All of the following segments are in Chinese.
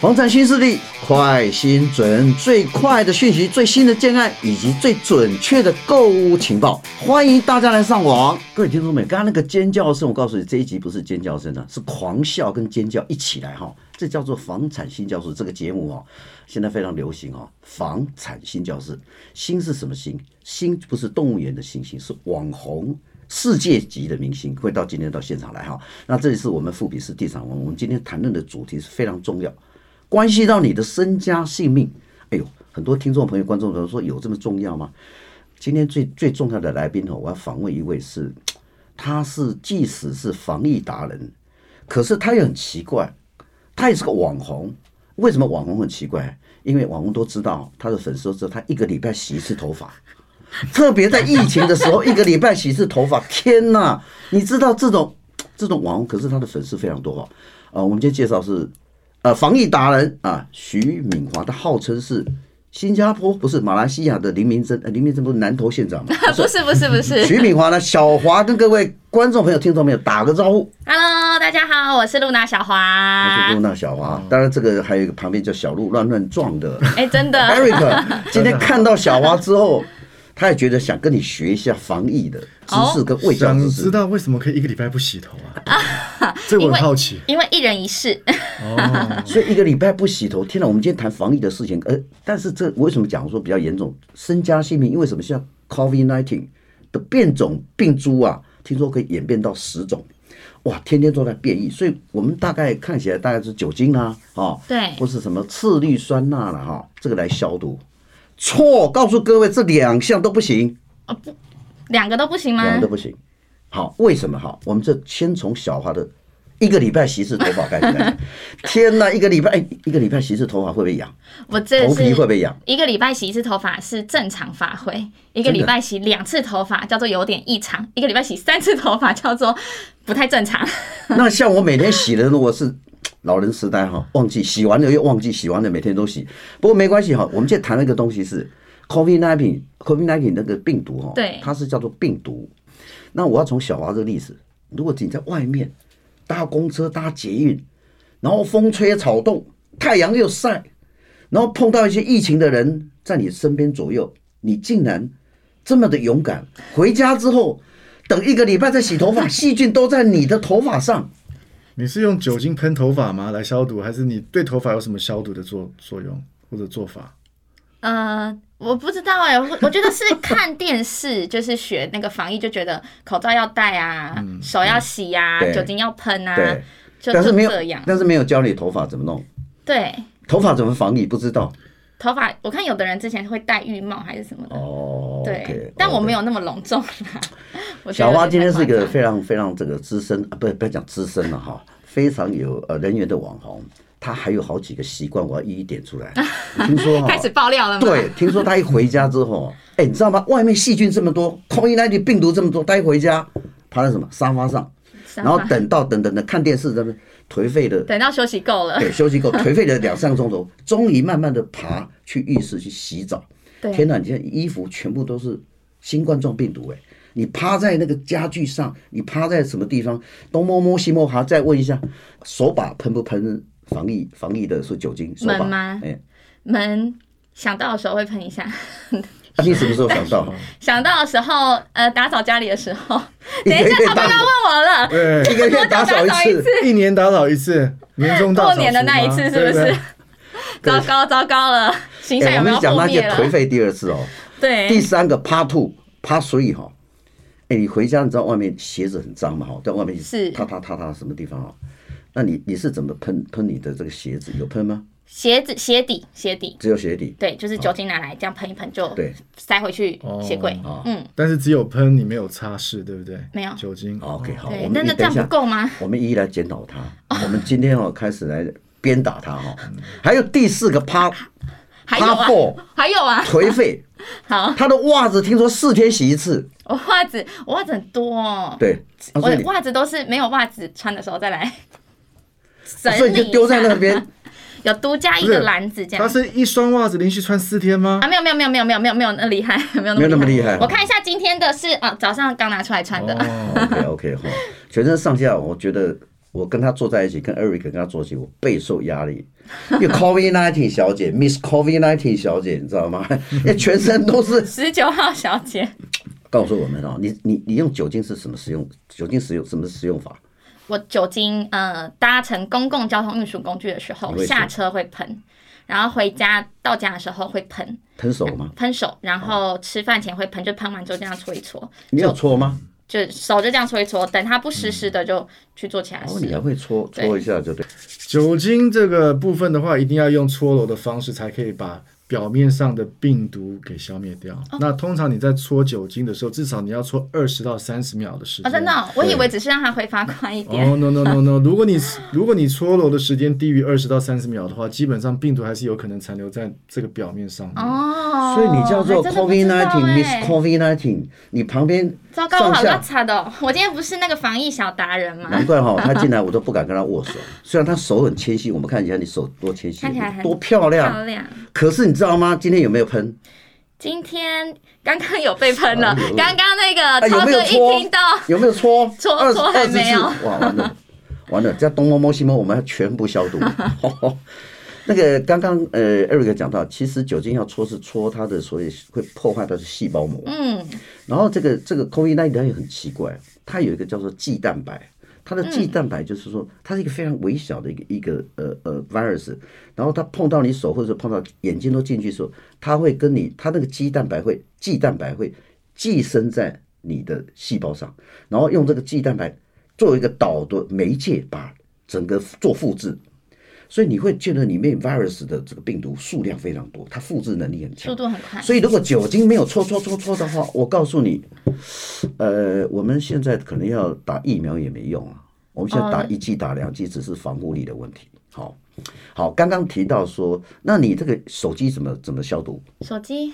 房产新势力，快、新、准、最快的讯息、最新的建案以及最准确的购物情报，欢迎大家来上网。各位听众们，刚刚那个尖叫声，我告诉你，这一集不是尖叫声啊，是狂笑跟尖叫一起来哈。这叫做房产新教室这个节目哦，现在非常流行哦。房产新教室，新是什么新？新不是动物园的星星，是网红。世界级的明星会到今天到现场来哈。那这里是我们富比士地产王，我们今天谈论的主题是非常重要，关系到你的身家性命。哎呦，很多听众朋友、观众朋友说有这么重要吗？今天最最重要的来宾哦，我要访问一位是，他是即使是防疫达人，可是他也很奇怪，他也是个网红。为什么网红很奇怪？因为网红都知道，他的粉丝都知道，他一个礼拜洗一次头发。特别在疫情的时候，一个礼拜洗一次头发，天哪！你知道这种这种网红，可是他的粉丝非常多啊。呃，我们今天介绍是呃防疫达人啊，徐敏华，他号称是新加坡不是马来西亚的林明珍，呃林明珍不是南投县长吗？ 不是不是不 是徐敏华呢，小华跟各位观众朋友、听众朋友打个招呼， ，Hello，大家好，我是露娜小华。啊我是露娜小华。当然，这个还有一个旁边叫小鹿乱乱撞 的哎、真的， Eric，今天看到小华之后，他也觉得想跟你学一下防疫的知识跟卫教哦想知知识。道为什么可以一个礼拜不洗头啊？ 这我很好奇因为一人一事， 哦。所以一个礼拜不洗头，天哪！我们今天谈防疫的事情，呃，但是这为什么讲说比较严重，身家性命？因为什么？像 COVID nineteen 的变种病株啊，听说可以演变到十种，哇，天天都在变异。所以我们大概看起来大概是酒精啦、啊，哦，对或是什么次氯酸钠啦，哈、这个来消毒。错，告诉各位，这两项都不行。两个都不行吗？两个都不行。好，为什么好？我们这先从小花的一个礼拜洗一次头发开始 来。天哪，一个礼拜，哎，一个礼拜洗一次头发会不会痒？我这头皮会不是会痒？一个礼拜洗一次头发是正常发挥，一个真的礼拜洗两次头发叫做有点异常，一个礼拜洗三次头发叫做 不太正常。那像我每天洗的，如果是老人时代哈，忘记洗完了又忘记，洗完了每天都洗。不过没关系哈，我们现在谈那个东西是 COVID nineteen COVID nineteen 那个病毒哈，对它是叫做病毒。那我要从小华这个例子，如果你在外面搭公车、搭捷运，然后风吹草动，太阳又晒，然后碰到一些疫情的人在你身边左右，你竟然这么的勇敢，回家之后。等一个礼拜再洗头发，细菌都在你的头发上。你是用酒精喷头发吗来消毒，还是你对头发有什么消毒的作作用或者 做法？ 呃，我不知道哎、我我觉得是看电视， 就是学那个防疫，就觉得口罩要戴啊，手要洗呀、对酒精要喷啊，对，就但是就没有这样，。但是没有教你头发怎么弄，对，头发怎么防疫不知道头发，我看有的人之前会戴浴帽还是什么的，哦。对 OK，但我没有。有那么隆重啦。我觉小得花今天是一有个点太非常非常这个资深啊，不不要讲资深了哈，非常有呃人缘的网红，她还有好几个习惯，我要一一点出来。 听说夸张哈开，始爆料了吗？，对，听说她一回家之后， 哎，你知道吗？外面细菌这么多，COVID 19病毒这么多，她一回家趴在什么沙发上，然后等到等等等看电视，在那边颓废的等到休息够了，对，休 息够，颓废了两三个钟头，终于慢慢的爬去浴室去洗澡。天对，哪，你现在衣服全部都是新冠状病毒哎、你趴在那个家具上，你趴在什么地方，东摸摸西摸，还再问一下，手把喷不喷防疫防疫的是酒精手把闷吗哎、门想到的时候会喷一下， 啊，你什么时候想到？想到的时候，呃，打扫家里的时候， 一 等个一下月他打爸爸问我了，对， 一个月打扫一打扫一次哎次，一年打扫一次，年终大扫除过年的那一次是吗不是？对糟对糕糟糕了，形象哎，有我没们有讲破那些灭颓了？废第二次哦。第对，三个 Part Two、Part Three 哈，哎，你回家你知道外面鞋子很脏嘛哈，在外面是踏踏踏踏什么地方啊？那你你是怎么喷喷你的这个鞋子？有喷吗？鞋子鞋底鞋底，只有鞋底。对，就是酒精拿来这样喷一喷就哦对塞回去哦鞋柜哦，嗯，但是只有喷，你没有擦拭，对不对？没有哦酒精。好 OK，好，我对，们但一是这等一样不下，够吗？我们一一来检讨他。我们今天哦开始来鞭打他哈。还有第四个 Part 还有 Part 啊， Four 还有啊，颓废，好，他的袜子听说四天洗一次，我袜子我袜子很多哦，对，啊我所以你的哦袜子都是没有袜子穿的时候 再来整所以你理一就下，丢在那边。有独家一不个是篮子这他样。是一双袜子连续穿四天吗啊，？没有没有没有没有没有没有没有那么厉害，没有没有那么厉害我看一下今天的是啊，早上刚拿出来穿的，哦， OK OK 哈，全身上下我觉得我跟他坐在一起，跟 Eric 跟他坐一起，我备受压力。因 为 COVID nineteen 小姐，Miss COVID nineteen 小姐，你知道吗？ 因为全身都 是 十九号小姐，告诉我们哦，你你你用酒精是什么使用？酒精使用什么使用法？我酒精呃搭乘公共交通运输工具的时候你会，下吐车会喷，然后回家到家的时候会喷喷手吗？喷手，然哦后吃饭前会喷，就喷完之后这样搓一搓， 你有搓吗？就手就这样搓一搓，等它不湿湿的就去做其他哦，你还事。会搓对搓一下就对。酒精这个部分的话，一定要用搓揉的方式才可以把表面上的病毒给消灭掉。哦那通常你在搓酒精的时候，至少你要搓二十到三十秒的时哦，间。真的哦、我以为只是让它挥发快一点。 哦、n o no no no！如果你如果你搓揉的时间低于二十到三十秒的话，基本上病毒还是有可能残留在这个表面上面。哦，所以你叫做还真的不知 COVID 道 nineteen 欸 Miss COVID nineteen，你旁边糟糕，上我好下嗯邋遢的哦、我今天不是那个防疫小达人吗？啊难怪哈、 他进来我都不敢跟他握手。虽然他手很纤细，我们看一下你手多纤细看起来，很多漂亮。漂亮。可是你知道吗？今天有没有喷？今天刚刚有被喷了哎呦，刚刚那哎个有啊超没有哥一搓听到，有没有搓？搓二十搓二还十没次有，哇，完了，完了，这样东摸摸西摸，我们要全部消毒。 那个刚刚呃，Eric 讲到，其实酒精要搓是搓它的，所以会破坏它的细胞膜。嗯，然后这个这个 COVID 1 9它也很奇怪，它有一个叫做 G 蛋白，它的 G 蛋白就是说，它是一个非常微小的一个一个呃呃 virus，然后它碰到你手或者碰到眼睛都进去的时候，它会跟你它那个 G 蛋白会 G 蛋白会寄生在你的细胞上，然后用这个 G 蛋白作为一个导的媒介，把整个做复制。所以你会觉得里面 virus 的这个病毒数量非常多，它复制能力很强速。度很快。所以如果酒精没有搓搓搓搓的话，我告诉你，呃，我们现在可能要打疫苗也没用啊。我们现在打哦一剂、打两剂，只是防护力的问题。好，好，刚刚提到说，那你这个手机怎么怎么消毒？手机，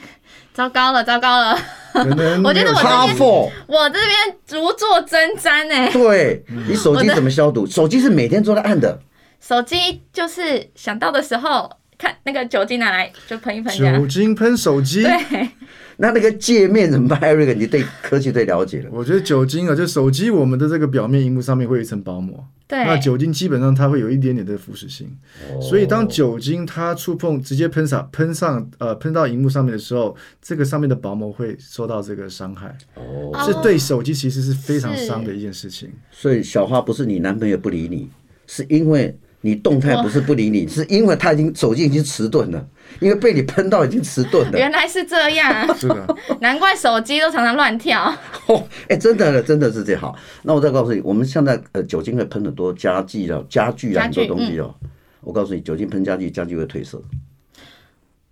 糟糕了，糟糕了， 可能我觉得没有我消哈毒佛，我这边如坐针毡欸呢。对你手机怎么消毒？手机是每天都在按的，手机就是想到的时候，看那个酒精拿来就喷一喷这酒样。精喷手机。对，那那个界面怎么办？Eric，你对科技最了解了。我觉得酒精啊，就手机我们的这个表面荧幕上面会有一层薄膜，对那酒精基本上它会有一点点的腐蚀性，所以当酒精它触碰直接喷洒喷上呃喷到荧幕上面的时候，这个上面的薄膜会受到这个伤害，哦，哦这对手机其实是非常是伤的一件事情。所以小花不是你男朋友不理你，是因为你动态不是不理你，是因为他已经手机已经迟钝了，因为被你喷到已经迟钝了。原来是这样，是 的，哦 难怪手机都常常乱跳。 哦，哎，真的真的是这样。好，那我再告诉你，我们现在呃酒精会喷很多家具啊、家具啊家很具嗯多东西哦。我告诉你，酒精喷家具，家具会褪色。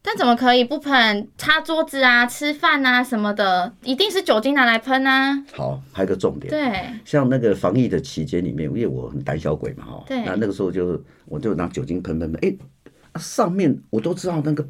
但怎么可以不喷？擦桌子啊、吃饭啊什么的，一定是酒精拿来喷啊。好，还有一个重点，对，像那个防疫的期间里面，因为我很胆小鬼嘛，哈，对那那个时候就是我就拿酒精喷喷喷，哎、啊上面我都知道那个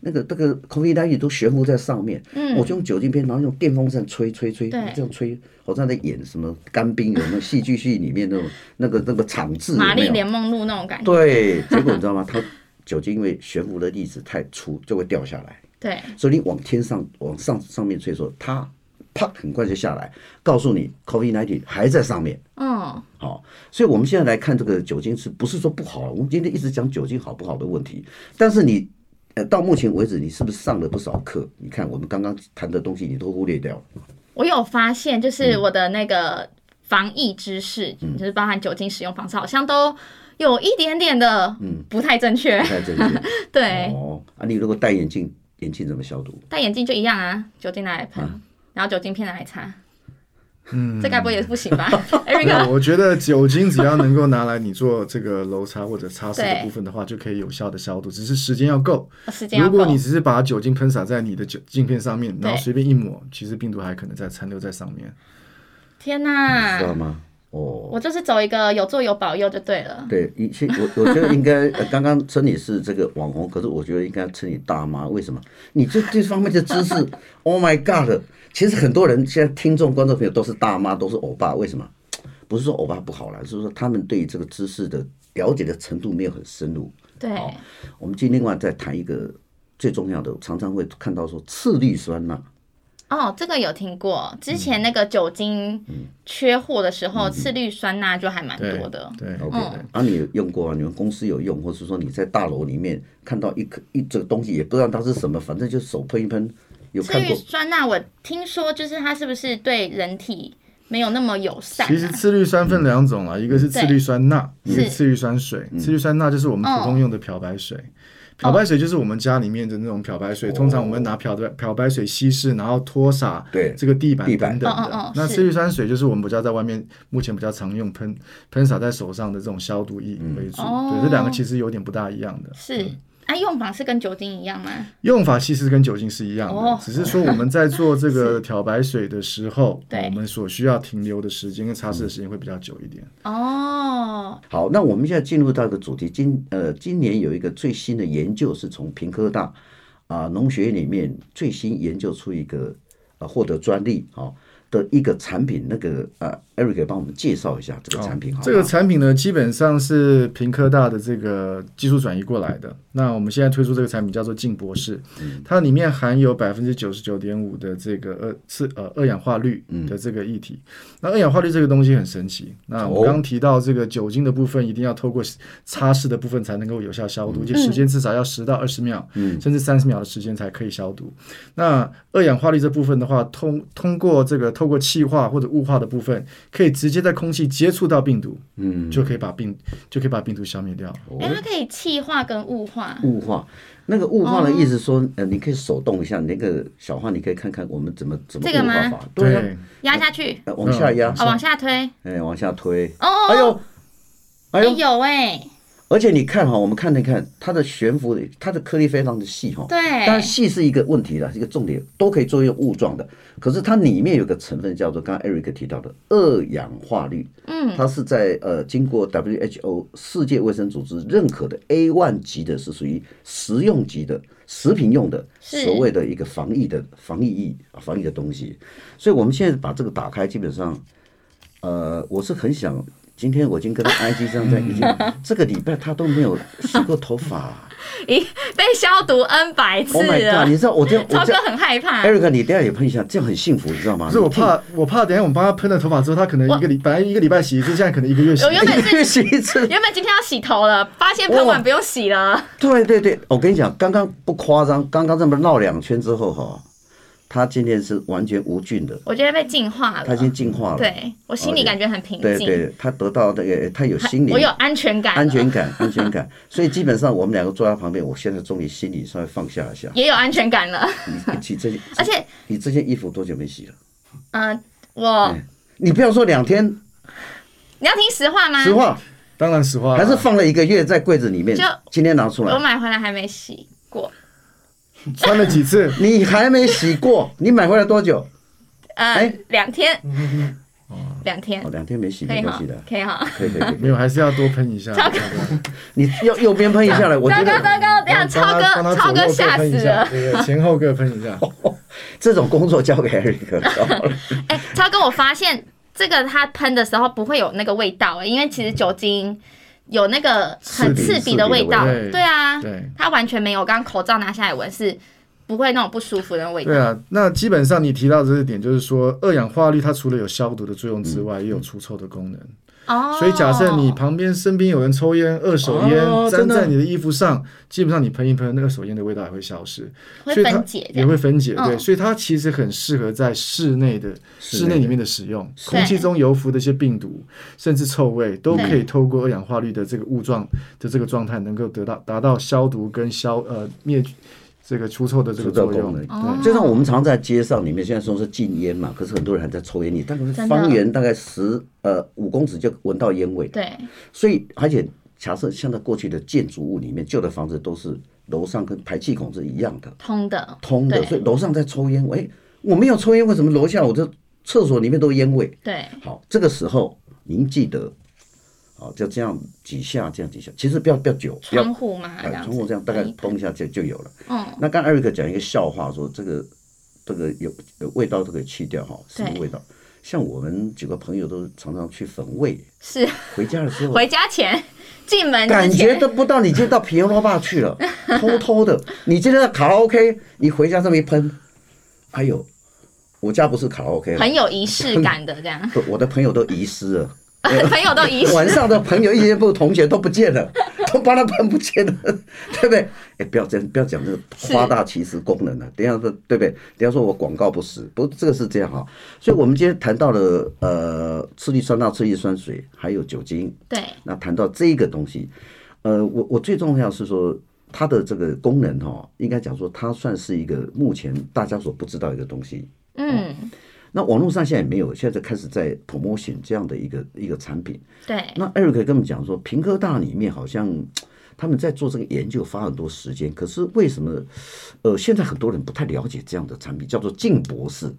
那个那个空气单元都悬浮在上面，嗯，我就用酒精喷，然后用电风扇吹吹吹，对这样吹，好像在演什么干冰，有没有戏剧系里面那种 那个那个场次，玛有没丽有？莲梦露那种感觉。对，结果你知道吗？它酒精因为悬浮的粒子太粗，就会掉下来。对，所以你往天上往上上面吹的时候，它啪很快就下来，告诉你 COVID 1 9还在上面。嗯，好、所以我们现在来看这个酒精是不是说不好？我们今天一直讲酒精好不好的问题，但是你呃到目前为止，你是不是上了不少课？你看我们刚刚谈的东西，你都忽略掉了。我有发现，就是我的那个防疫知识，就是包含酒精使用方式，好像都有一点点的不太正确。 在这里对，哦啊，你如果戴眼镜，眼镜怎么消毒？戴眼镜就一样啊，酒精拿来喷，然后酒精片拿来擦。嗯，这该不会也不行吧？Eric，我觉得酒精只要能够拿来你做这个揉擦或者擦拭的对部分的话，就可以有效的消毒，只是时间要够。时间要如够果。你只是把酒精喷洒在你的酒镜片上面，然后对随便一抹，其实病毒还可能在残留在上面。天你知道哪，吗？哦，我就是走一个有做有保佑就对了。对，一些我我觉得应该，呃刚刚称你是这个网红，可是我觉得应该称你大妈。为什么？你这这方面的知识，Oh my God！其实很多人现在听众观众朋友都是大妈，都是欧巴。为什么？不是说欧巴不好啦，是说他们对这个知识的了解的程度没有很深入。对，我们今天另外再谈一个最重要的，常常会看到说次氯酸钠、哦，这个有听过，之前那个酒精缺货的时候，次氯酸钠就还蛮对多的。对， OK，啊，嗯你有用过啊？你们公司有用，或是说你在大楼里面看到一颗一这个东西，也不知道它是什么，反正就手喷一喷，有次看氯过酸钠，我听说就是它是不是对人体没有那么友善、其实啊？次氯酸分两种啊啦，一个是次氯酸钠，对一个是嗯是哦次氯酸水。嗯次氯酸钠就是我们普通用的漂白水，漂白水就是我们家里面的那种漂白哦水。通常我们拿漂白漂白水稀释，然后拖洒对这个地板地板等等哦哦的哦。那是次氯酸水就是我们比较在外面目前比较常用喷喷洒在手上的这种消毒液嗯为主。哦对，这两个其实有点不大一样的。是，啊，用法是跟酒精一样吗？用法其实跟酒精是一样的，哦只是说我们在做这 个漂白水的时候，对我们所需要停留的时间跟擦拭的时间会比较久一点。哦，好，那我们现在进入到一个主题，今呃今年有一个最新的研究是从平科大啊、农学院里面最新研究出一个呃获得专利啊、哦的一个产品，那个呃 Eric 也帮我们介绍一下这个产品好不好、哦这个产品呢，基本上是平科大的这个技术转移过来的。那我们现在推出这个产品叫做静博士，它里面含有百分之九十九点五的这个二次呃二氧化氯的这个议题。那二氧化氯这个东西很神奇。那我哦们刚提到这个酒精的部分，一定要透过擦拭的部分才能够有效消毒，就时间至少要十到二十秒，甚至三十秒的时间才可以消毒。那二氧化氯这部分的话，通通过这个透过气化或者雾化的部分，可以直接在空气接触到病毒，嗯，就可以把病就可以把病毒消灭掉。哎、它可以气化跟雾化。雾化。那个雾化的意思哦说，呃，你可以手动一下，你那个小花，你可以看看我们怎么怎么这个雾化吗法。对啊，压下去，呃往下压嗯哦，，往下推，哎，往下推。哦哦，哎呦，哎哎呦！有哎、而且你看哈，我们看了看它的悬浮，它的颗粒非常的细哈。对当然细是一个问题了，是一个重点，都可以作用雾状的。可是它里面有个成分叫做刚刚 Eric 提到的二氧化氯，嗯，它是在呃经过 WHO 世界卫生组织认可的 A 1级的，是属于食用级的、食品用的，是所谓的一个防疫的防疫疫啊防疫的东西。所以我们现在把这个打开，基本上，呃，我是很想。今天我已经跟 IG 上在已经这个礼拜他都没有洗过头发咦，被消毒 N 百次，Oh my god！你了，知道我这样我超这哥样很害怕。 Eric，你等一下也喷一下，这样很幸福，你知道吗？可是我怕，我怕等一下我们帮他喷了头发之后，他可能一个礼本来一个礼拜洗一次，现在可能一个月洗我一原次。你去本是洗一次。原本今天要洗头了，发现喷完不用洗了。 对对对，我跟你讲，刚刚不夸张，刚刚这么绕两圈之后哈，他今天是完全无菌的，我觉得被净化他了已，经进化了。哦对我心里感觉很平对静，对，他得到那个，他有心理我有安全感了，安全感，安全感。所以基本上我们两个坐在旁边，我现在终于心里稍微放下一 下。也有安全感了。你你这件，而且，你这件衣服多久没洗了？哎嗯，我你不要说两天，你要听实话吗？实话，当然实话啦，还是放了一个月在柜子里面就，今天拿出我来，？买回来还没洗过，穿了几次你还没洗过，你买回来多久？哎嗯，两天，两天哦，两天没洗可以没关哈系的，，可以哈。可以可以 可以。没有，还是要多喷一下。超哥你右右边喷一下来，我觉糟糕得糟糕，等一下帮超他帮哥他超左哥右各吓喷一死下了。对对，前后各喷一下。这种工作交给 Eric 哎、超哥，我发现这个它喷的时候不会有那个味道、欸，因为其实酒精有那个很刺鼻刺鼻的味道，刺鼻的味道对啊，对它完全没有。我刚口罩拿下来闻是不会那种不舒服的味道对，啊，那基本上你提到的这个点，就是说二氧化氯它除了有消毒的作用之嗯外，也有除臭的功能。哦，所以假设你旁边身边有人抽烟，二手哦烟真粘的在你的衣服上，基本上你喷一喷，那二手烟的味道也会消失，会所以它分解这也样会分解。对，嗯所以它其实很适合在室内的室内里面的使用，空气中游浮的一些病毒，甚至臭味，都可嗯以透过二氧化氯的这个雾状的这个状态，能够得到达到消毒跟消呃灭菌这个除臭的 这除个臭作功用。能。哦对。就像我们常在街上里面，现在说是禁烟嘛，可是很多人还在抽烟，你大概真的方圆大概十呃五公尺就闻到烟味。对，所以而且假设像在过去的建筑物里面，旧的房子都是楼上跟排气孔是一样的，通的，通的，对所以楼上在抽烟，哎，我没有抽烟，为什么楼下我这厕所里面都烟味？对，好，这个时候您记得，好，就这样几下，这样几下，其实不要不要久，不要窗户嘛，啊这哎，样通过子，嗯这样大概喷一崩喷一下就就有了。嗯，那刚艾瑞克讲一个笑话说，这个这个有有味道都可以去掉哈，什么对味道？像我们几个朋友都常常去粉味，是回家的时候回家前 进门之感觉前，都不到，你就到皮尤罗坝去 了，偷偷的。你今天在卡拉 OK，你回家这么一喷，哎呦，我家不是卡拉 OK，很有仪式感的这样，不我的朋友都遗失了， 朋友都仪 式。晚上的朋友、一些部同学都不见了，都帮他办不见了，对不对？ 哎，不要这样，不要讲这个夸大其词功能了、等一下说对不对？等一下说我广告不实，不，这个是这样哈、所以我们今天谈到了呃，次氯酸钠、次氯酸水，还有酒精。对，那谈到这个东西，呃，我我最重要是说它的这个功能哈、应该讲说它算是一个目前大家所不知道一个东西。嗯，那网络上现在也没有，现在开始在 promotion 这样的一个一个产品。对，那 Eric 跟我们讲说，平科大里面好像嘖他们在做这个研究，花很多时间。可是为什么，呃，现在很多人不太了解这样的产品，叫做静博士。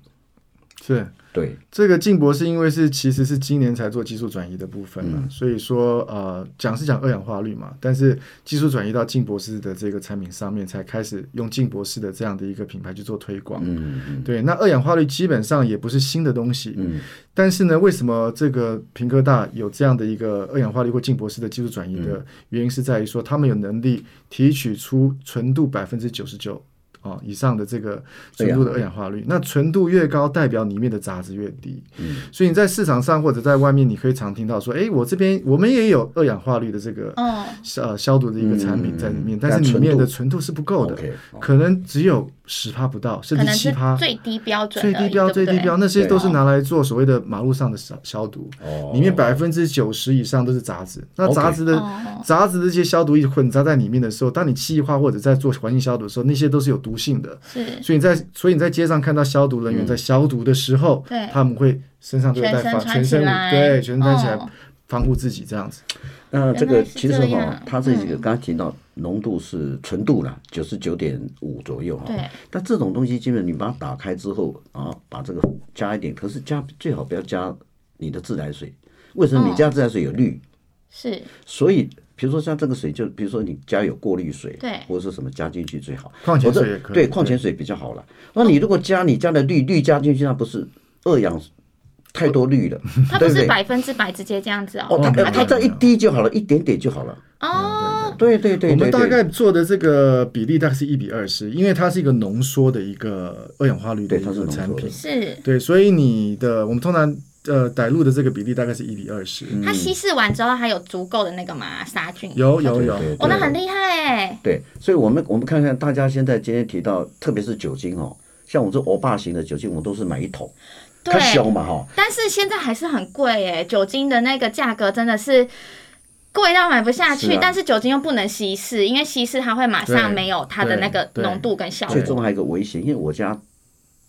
是。对，这个进博是因为是其实是今年才做技术转移的部分嘛，所以说呃讲是讲二氧化氯嘛，但是技术转移到进博士的这个产品上面，才开始用进博士的这样的一个品牌去做推广。嗯对，那二氧化氯基本上也不是新的东西，嗯但是呢，为什么这个平科大有这样的一个二氧化氯或进博士的技术转移嗯的原因，是在于说他们有能力提取出纯度百分之九十九啊以上的这个纯度的二氧化氯。那纯度越高，代表里面的杂质越低。嗯、所以你在市场上或者在外面，你可以常听到说，哎，我这边我们也有二氧化氯的这个、哦，呃消毒的一个产品在里面，嗯但但是里纯面度的纯度是不够的 OK，好哦可能只有十帕不到，甚可至能七是帕。最低标准而最已，低标、对最不低对标，那些对啊都是拿来做所谓的马路上的消消毒，哦里面百分之九十以上都是杂质。那 OK 杂质的哦杂质的这些消毒液混杂在里面的时候，当你气化或者在做环境消毒的时候，那些都是有毒性的。是所以你在所以你在街上看到消毒人员在消毒的时候，对他们会身上都会带全身防穿全起身来对全身穿起来哦防护自己这样子。那这原个来是其实这哈、样嗯它这几个刚才提到浓度是纯度啦，九十九点五左右哈、对但这种东西基本你把它打开之后啊，把这个加一点，可是加最好不要加你的自来水。为什么哦你加自来水有氯？是，所以，比如说像这个水，就比如说你家有过滤水，对或者是什么加进去最好。矿泉水否则也可以对，对矿泉水比较好了。那你如果加你加的氯，氯加进去，那不是二氧太多氯了，它不嗯对不是对？百分之百直接这样子哦，哦，它哦它这一滴就好了，一点点就好了。哦，对对对，我们对大对概做的这个比例大概是一比二十，因为它是一个浓缩的一个二氧化氯的对一它是个浓产缩的品。是。对，所以你的我们通常呃逮录的这个比例大概是一比二十、嗯它稀释完之后，它有足够的那个嘛杀菌，有有有，对哦，那对很厉害哎，对，所以我们我们看看大家现在今天提到，特别是酒精哦，像我们这欧巴型的酒精，我们都是买一桶，对它，小嘛哦哈、但是现在还是很贵哎，酒精的那个价格真的是贵到买不下去，是啊但是酒精又不能稀释，因为稀释它会马上对没有它的那个对对浓度跟效最果。重要还有一个危险，因为我家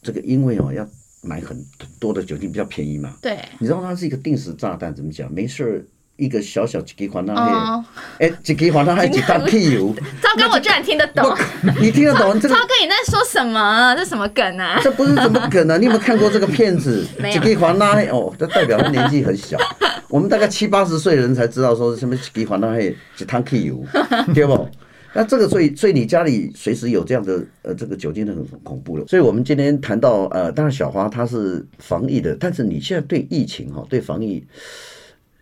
这个因为哦要买很很多的酒精比较便宜嘛，对，你知道它是一个定时炸弹，怎么讲？没事儿，一个小小几滴黄那嘿，哦，哎、几滴黄那还几大屁油，赵哥，我居然听得 懂。你听得懂这超个？哥，你在说什么？这什么梗啊？这不是怎么 可能？你有没有看过这个片子？没有几滴黄那嘿哦，这代表他年纪很 小，我们大概七八十岁的人才知道说什么几滴黄那嘿几汤屁 油，对不？那这个，所以所以你家里随时有这样的呃，这个酒精的很恐怖了。所以我们今天谈到呃，当然小花她是防疫的，但是你现在对疫情哈、对防疫，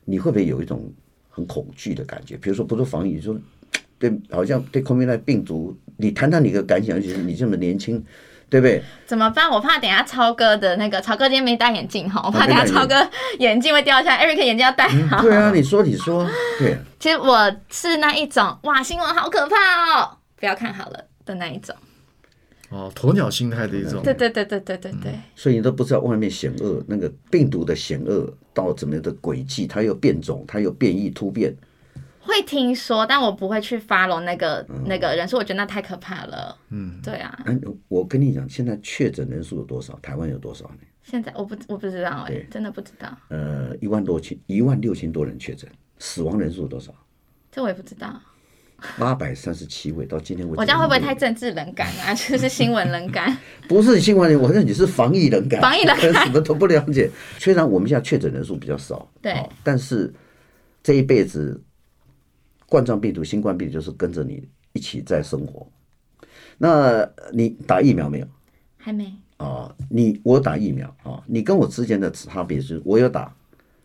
你会不会有一种很恐惧的感觉？比如说不是防疫，你说对，好像对 COVID 病毒，你谈谈你的感想，尤其是你这么年轻，对不对？怎么办？我怕等一下超哥的那个超哥今天没戴眼镜哈，我怕啊没等一戴下超哥眼镜会掉下来。Eric 眼镜要戴 好。对啊，你说你说，对啊，其实我是那一种，哇，新闻好可怕哦，不要看好了的那一种。哦，鸵鸟心态的一种对。对对对对对对，所以你都不知道外面险恶那个病毒的险恶到怎么样的轨迹，它又变种，它又变异突变，会听说，但我不会去 follow 那个那个人，所以我觉得那太可怕了。嗯，对啊，哎，我跟你讲，现在确诊人数有多少？台湾有多少呢？现在我不我不知道哎对，真的不知道，呃，一万多千，一万六千多人确诊，死亡人数多少？这我也不知道。八百三十七位，到今天为止。我这样会不会太政治冷感 啊？就是新闻冷感。不是新闻人？我认你是防疫人感，防疫冷 感什么都不了解。虽然我们现在确诊人数比较少，对哦但是这一辈子冠状病毒、新冠病毒就是跟着你一起在生活。那你打疫苗没有？还没，啊、你我打疫苗啊、你跟我之间的差别是我有打，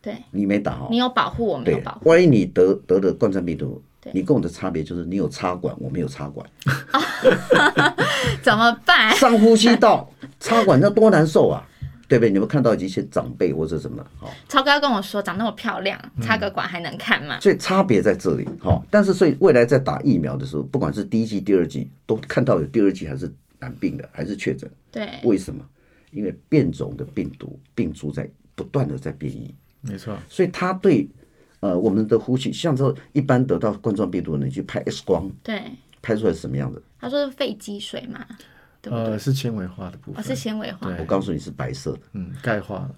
对你没打哈、你有保护，我没有对保，护。万一你得得了冠状病毒对，你跟我的差别就是你有插管，我没有插管。怎么办？上呼吸道插管那多难受啊！对不对？你们看到一些长辈或者什么哦好，超哥跟我说长那么漂亮，插个管还能看吗？所以差别在这里哈。但是所以未来在打疫苗的时候，不管是第一剂、第二剂，都看到有第二剂还是染病的，还是确诊，对，为什么？因为变种的病毒病株在不断的在变异，没错，所以它对呃我们的呼吸，像这一般得到冠状病毒的人去拍 X 光，对，拍出来是什么样的？他说是肺积水嘛，对不对？呃，是纤维化的部哦，是分，纤维化，我告诉你是白色的，嗯，钙化了，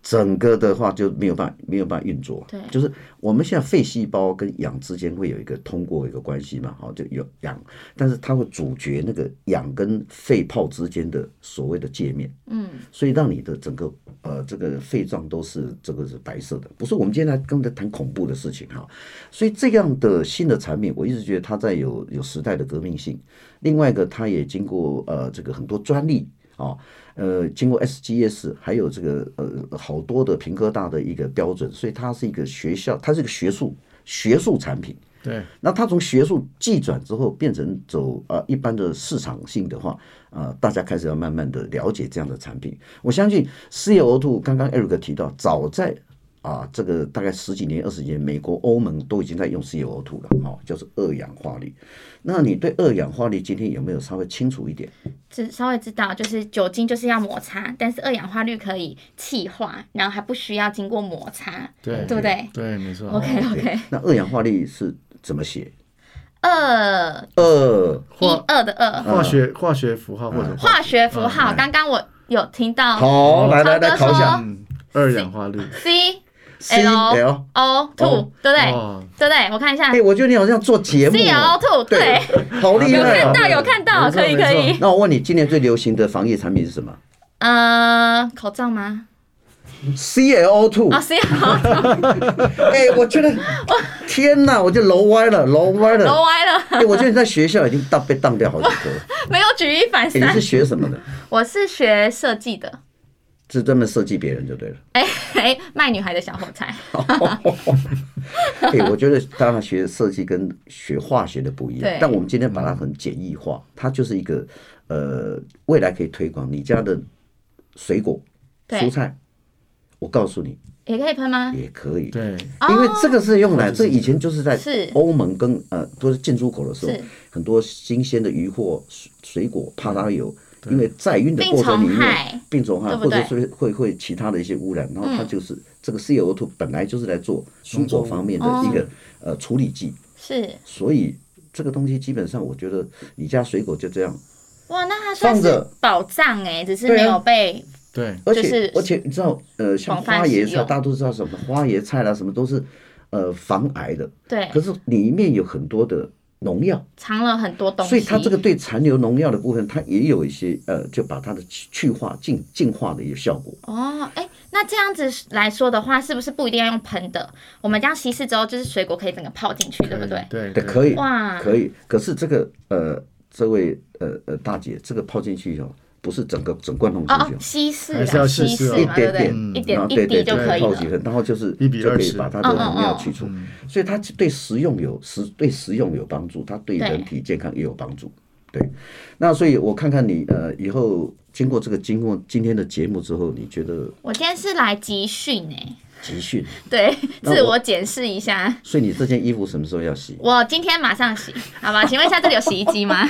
整个的话就没有办法没有办法运作。啊对就是我们现在肺细胞跟氧之间会有一个通过一个关系嘛，好，就有氧，但是它会阻绝那个氧跟肺泡之间的所谓的界面，嗯，所以让你的整个呃这个肺脏都是这个是白色的。不是我们今天来刚才谈恐怖的事情哈，所以这样的新的产品，我一直觉得它在有有时代的革命性。另外一个，它也经过呃这个很多专利啊、呃，经过 SGS 还有这个呃好多的平科大的一个标准，所以它是一个学校，它是一个学术学术产品。对，那它从学术技转之后，变成走呃一般的市场性的话，呃，大家开始要慢慢的了解这样的产品。我相信 C O 2刚刚 Eric 提到，早在啊、这个大概十几年、二十年，美国、欧盟都已经在用 C O 2了，好、就是二氧化氯。那你对二氧化氯今天有没有稍微清楚一点？只稍微知道，就是酒精就是要摩擦，但是二氧化氯可以气化，然后还不需要经过摩擦，对对不对对，没错。 ？OK 对 OK，那二氧化氯是怎么写？二二一化二的二，化学化学符号或者化学符号，嗯刚刚我有听到好，来来来，考一曹哥说下嗯二氧化氯， C C L。 O two，对不对？哦，对不对？我看一下哎，我觉得你好像做节目 C O 哦， two，对，好厉有害看哦！到有看到，没错可以没可错以。那我问你，今年最流行的防疫产品是什么呃，口罩吗？ ？CLO two 哦。，C O，哎，我觉得，天哪，我就楼歪了，楼歪揉了。歪了，哎，我觉得你在学校已经当被当掉好几科了。没有举一反哎你三是。学什么的？我是学设计的，是专门设计别人就对了。哎哎，卖女孩的小火柴。 哎对，我觉得当然学设计跟学化学的不一样对，但我们今天把它很简易化，它就是一个呃，未来可以推广你家的水果、对蔬菜，我告诉你也可以喷吗？也可以，对，因为这个是用哦来，这以前就是在是欧盟跟呃，都是进出口的时候是，很多新鲜的鱼或水水果怕它有。因为在晕的病过程里虫面害，病虫害对不或者对嗯是会会其他的一些污染，然后它就是、这个 CO2 本来就是来做蔬果方面的嗯一个、呃处理剂，是所以这个东西基本上，我觉得你家水果就这样，哇，那它算放是着宝藏哎、只是对啊没有被对，而且、就是而且你知道，呃，像广泛花使椰菜，用大家都知道什么花椰菜啦，什么都是呃防癌的，对可是里面有很多的农药，藏了很多东西，所以它这个对残留农药的部分，它也有一些呃，就把它的去去化、净净化的一个效果。哦哎、那这样子来说的话，是不是不一定要用喷的？我们这样稀释之后，就是水果可以整个泡进去，对不对？对对，可以，哇可以。可是这个呃，这位呃呃大姐，这个泡进去以后，不是整个整罐弄进哦去哦，哦。稀释还是要啊，稀稀释释哦嘛，对不对？一然后点对对一滴就对，可以泡几了。分，然后就是一比就可以20把它的嗯嗯农药嗯去除，所以它对食用有食对食用有帮助，它对对人体健康也有帮助。对，那所以我看看你呃，以后经过这个经过今天的节目之后，你觉得我今天是来集训哎、集训，对，那我 自我检视一下。所以你这件衣服什么时候要洗？我今天马上洗，好吧？请问一下，这里有洗衣 机吗？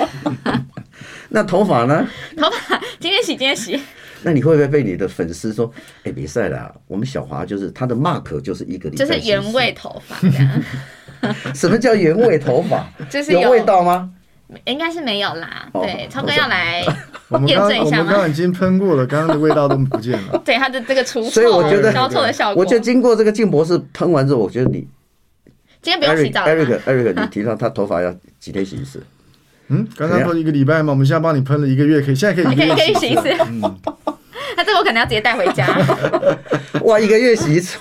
那头发呢？头发今天洗，今天洗。那你会不会被你的粉丝说，哎，没事啦，我们小华就是他的 mark 就是一个礼拜，就是原味。头发这样，什么叫原味头发？ 就是有有味道吗？应该是没有啦。哦对，超哥要来我们验刚证一我下们刚吗？刚已经喷过了，刚刚的味道都不见 了。对，他的这个除所以我觉得臭、消臭的效果。我就经过这个静博士喷完之后，我觉得你今天不用洗 Eric 澡 了吗 Eric Eric，你提到他头发要几天洗一次？嗯，刚刚说一个礼拜嘛，我们现在帮你喷了一个月，可以现在可以一可个以月可以洗洗一次。嗯 那这个我可能要直接带回家。 哇，一个月洗一次。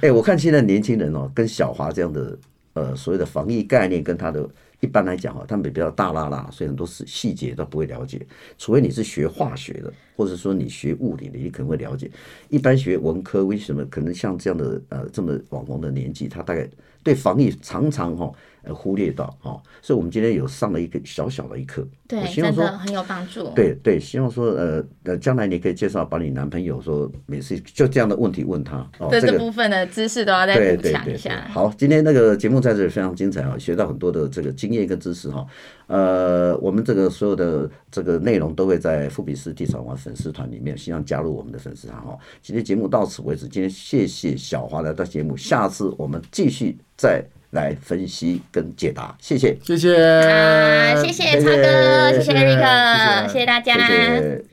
哎，我看现在年轻人哦，跟小华这样的呃所谓的防疫概念，跟他的一般来讲哦，他们比较大拉拉，所以很多事细节都不会了解，除非你是学化学的。或者说你学物理的，你可能会了解。一般学文科，为什么可能像这样的呃这么网红的年纪，他大概对防疫常常哈、呃忽略到哈、哦，所以我们今天有上了一个小小的一课。我对，希望真说的很有帮助。，对对，希望说呃呃，将来你可以介绍把你男朋友说每次就这样的问题问他哦，对这这个部分的知识都要再对补对强对一对下。好，今天那个节目在这里非常精彩啊，学到很多的这个经验跟知识哈。呃，我们这个所有的这个内容都会在富比斯地产王粉丝团里面，希望加入我们的粉丝团哈。今天节目到此为止，今天谢谢小华来到节目，下次我们继续再来分析跟解答，谢谢，谢谢，啊，谢谢谢超哥，谢谢谢 Eric，谢谢谢谢大家。谢谢。